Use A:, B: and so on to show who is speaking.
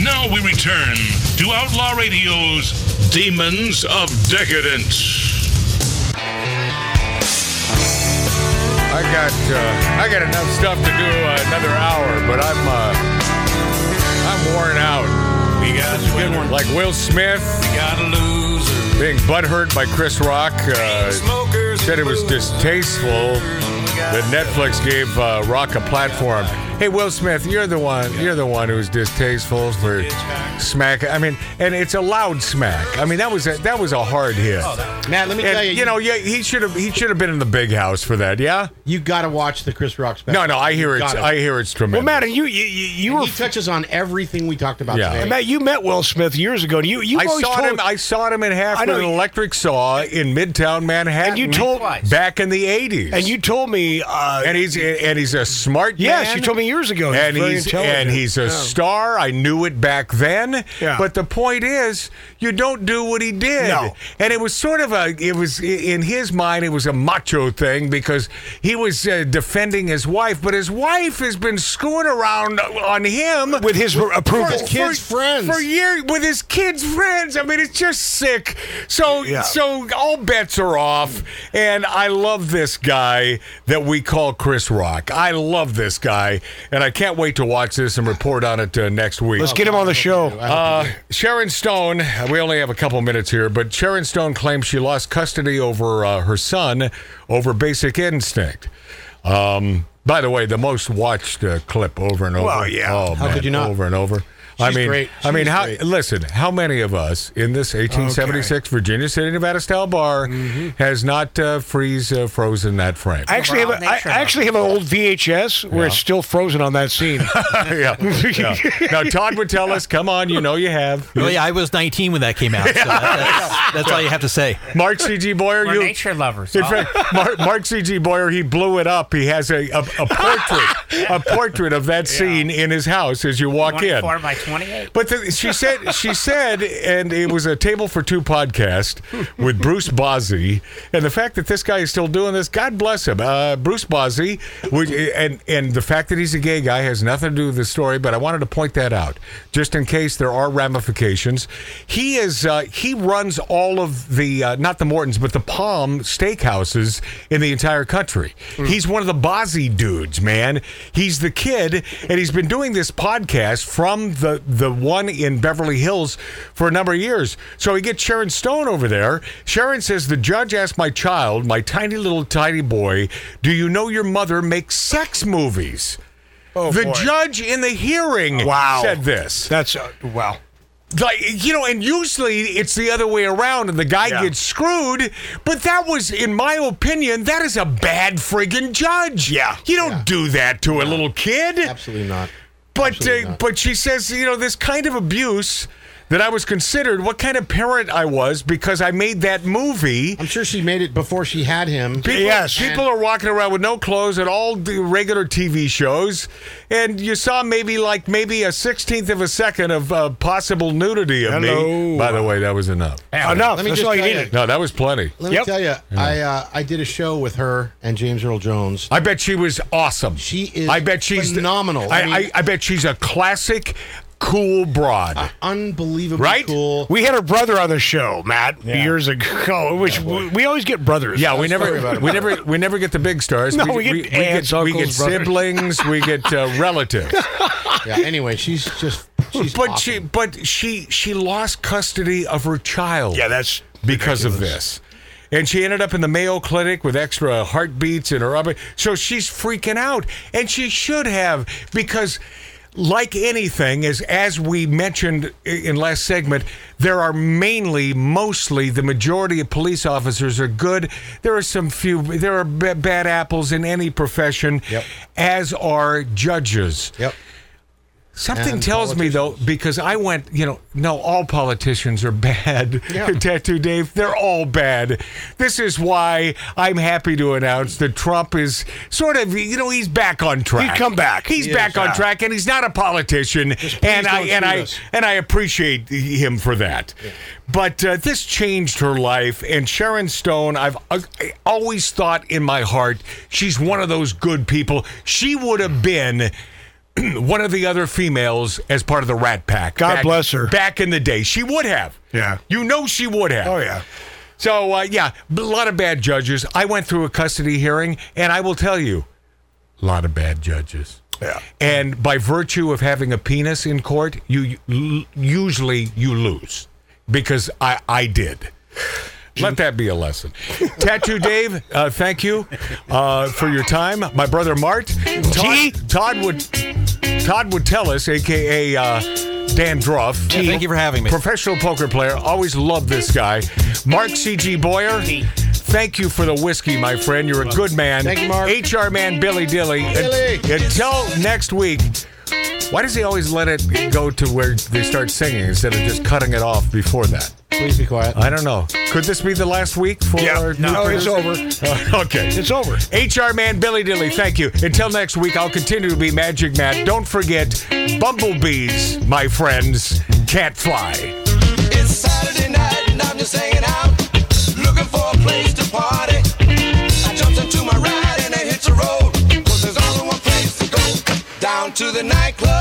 A: now we return to Outlaw Radio's Demons of Decadence.
B: I got uh, I got enough stuff to do uh, another hour, but I'm uh, I'm worn out.
C: We got
B: this is a good one. Like Will Smith.
C: We got a loser.
B: Being butthurt by Chris Rock uh, said it was distasteful that Netflix gave uh, Rock a platform. Hey, Will Smith, you're the one. You're the one who's distasteful for smack. I mean, and it's a loud smack. I mean, that was a, that was a hard hit.
D: Matt, let me
B: And,
D: tell you.
B: you know, yeah, he should have he should have been in the big house for that. Yeah.
D: you got to watch the Chris Rock special.
B: No, no, I hear
D: You
B: it's
D: gotta.
B: I hear it's tremendous.
E: Well, Matt, and you you, you, you
D: he
E: were
D: touches on everything we talked about
B: Yeah.
D: today.
B: And
E: Matt, you met Will Smith years ago, and you you
B: I
E: always
B: saw
E: told,
B: him. I saw him in half
E: I
B: with
E: know
B: an
E: you-
B: electric saw in Midtown Manhattan.
E: And you told-
B: back in the eighties,
E: and you told me. Uh,
B: and he's and he's a smart
E: yes,
B: man.
E: you told me years ago.
B: and
E: very
B: he's
E: intelligent.
B: and he's a
E: Yeah.
B: star. I knew it back then.
E: Yeah.
B: But the point is, you don't do what he did.
E: No.
B: And it was sort of a it was i- in his mind it was a macho thing because he was uh, defending his wife, but his wife has been screwing around on him
E: with his approval.
D: his kids' friends.
B: for years with his kids' friends. I mean, it's just sick. So
E: Yeah.
B: so all bets are off. And I love this guy that we call Chris Rock. I love this guy, and I can't wait to watch this and report on it uh, next week.
E: Let's get him on the show.
B: Uh, Sharon Stone, we only have a couple minutes here, but Sharon Stone claims she lost custody over uh, her son over Basic Instinct. Um, by the way, the most watched uh, clip over and over.
E: Well, yeah.
B: Oh,
D: How
B: man,
D: could you not?
B: Over and over. I
D: She's
B: mean,
D: great.
B: I mean,
D: She's
B: how?
D: great.
B: Listen, how many of us in this 1876 Virginia City, Nevada style bar
D: Mm-hmm.
B: has not uh, freeze uh, frozen that frame?
E: I actually have
F: Overall
E: a, I, I
F: nature of it.
E: actually have an old VHS where it's still frozen on that scene.
B: yeah, yeah. Now Todd would tell us, "Come on, you know you have."
G: Well, yeah, I was 19 when that came out. So that- that's, that's all you have to say.
B: Mark C. G. Boyer,
F: We're
B: you
F: nature lovers.
B: In
F: all.
B: fact, Mark, Mark C.G. Boyer, he blew it up. He has a, a, a portrait, a portrait of that scene in his house as you walk in.
F: 24 by 28.
B: But the, she said, she said, and it was a table for two podcast with Bruce Bozzi, and the fact that this guy is still doing this, God bless him, uh, Bruce Bozzi, which, and and the fact that he's a gay guy has nothing to do with the story. But I wanted to point that out, just in case there are ramifications. He is uh, he runs all of the uh, not the Mortons, but the Palm steakhouses in the entire country.
E: Hmm.
B: He's one of the Bozzi dudes, man. He's the kid, and he's been doing this podcast from the the one in Beverly Hills for a number of years. So he gets Sharon Stone over there. Sharon says the judge asked my child, my tiny little tiny boy, do you know your mother makes sex movies? the
E: Oh, boy.
B: judge in the hearing
E: Wow.
B: said this
E: That's uh, wow.
B: like you know and usually it's the other way around and the guy
E: Yeah.
B: gets screwed but that was in my opinion that is a bad friggin judge
E: Yeah.
B: you don't do that to a little kid
D: Absolutely not.
B: but
D: Absolutely
B: uh,
D: not.
B: but she says you know this kind of abuse that I was considered what kind of parent I was because I made that movie
D: I'm sure she made it before she had him.
B: People,
E: Yes.
B: people are walking around with no clothes at all the regular TV shows, and you saw maybe like maybe a sixteenth of a second of uh, possible nudity of me.
E: Hello.
B: By the way, that was enough.
D: Let
E: Enough.
D: me
E: That's
D: just
E: all you
D: tell
E: needed.
B: No, that was plenty.
D: Let me
E: Yep.
D: tell you, I uh, I did a show with her and James Earl Jones.
B: I bet she was awesome.
D: She is
B: I bet she's
D: phenomenal.
B: I,
D: I mean-
B: I, I bet she's a classic, cool broad.
D: Unbelievably
B: Right?
D: cool.
E: We had her brother on the show, Matt, years ago. Which we, we always get brothers.
B: yeah, we never, we never, we never get the big stars.
E: No, we get aunts,
B: we get
E: uncles, brothers.
B: siblings, we get uh, relatives.
D: yeah. Anyway, she's just she's
B: but
D: awesome.
B: she, but she, she lost custody of her child.
E: Yeah, that's
B: because of this. And she ended up in the Mayo Clinic with extra heartbeats and her upper. So she's freaking out, and she should have because, like anything, as as we mentioned i- in last segment, there are mainly, mostly, the majority of police officers are good. There are some few. There are b- bad apples in any profession,
D: Yep.
B: as are judges.
D: Yep.
B: Something
D: And
B: tells me though, because I went, you know, no, all politicians are bad.
D: Yeah.
B: Tattoo Dave, they're all bad. This is why I'm happy to announce that Trump is sort of, you know, he's back on track.
E: He's come back.
B: He's
E: He
B: back
E: is,
B: on
E: yeah.
B: track, and he's not a politician. And I
D: don't
B: and
D: shoot
B: I
D: us.
B: and I appreciate him for that. But uh, this changed her life, and Sharon Stone, I've uh, I always thought in my heart, she's one of those good people. She would have been one of the other females as part of the Rat Pack.
E: God
B: back-
E: bless her.
B: Back in the day, she would have.
E: Yeah.
B: you know she would have.
E: Oh, yeah.
B: So uh, yeah, a lot of bad judges. I went through a custody hearing, and I will tell you, a lot of bad judges.
E: Yeah.
B: And by virtue of having a penis in court, you you- usually you lose because I I did. Let that be a lesson. Tattoo Dave, uh, thank you uh, for your time. My brother Mart, Todd, Todd would Todd would tell us, aka uh, Dan Druff.
G: Yeah, thank you for having me.
B: Professional poker player. Always love this guy. Mark C.G. Boyer. Thank you for the whiskey, my friend. You're a good man.
D: Thank you, Mark.
B: HR man Billy Dilly.
D: Billy.
B: Until next week. Why does he always let it go to where they start singing instead of just cutting it off before that?
D: Please be quiet.
B: I don't know. Could this be the last week for
E: Yeah.
B: our new
E: No, it's
B: producer? okay.
E: It's over.
B: HR man Billy Dilly, thank you. Until next week, I'll continue to be Magic Matt. Don't forget, bumblebees, my friends, can't fly.
C: It's Saturday night and I'm just hanging out, looking for a place to party. I jumped into my ride and I hit the road, 'cause there's only one place to go, down to the nightclub.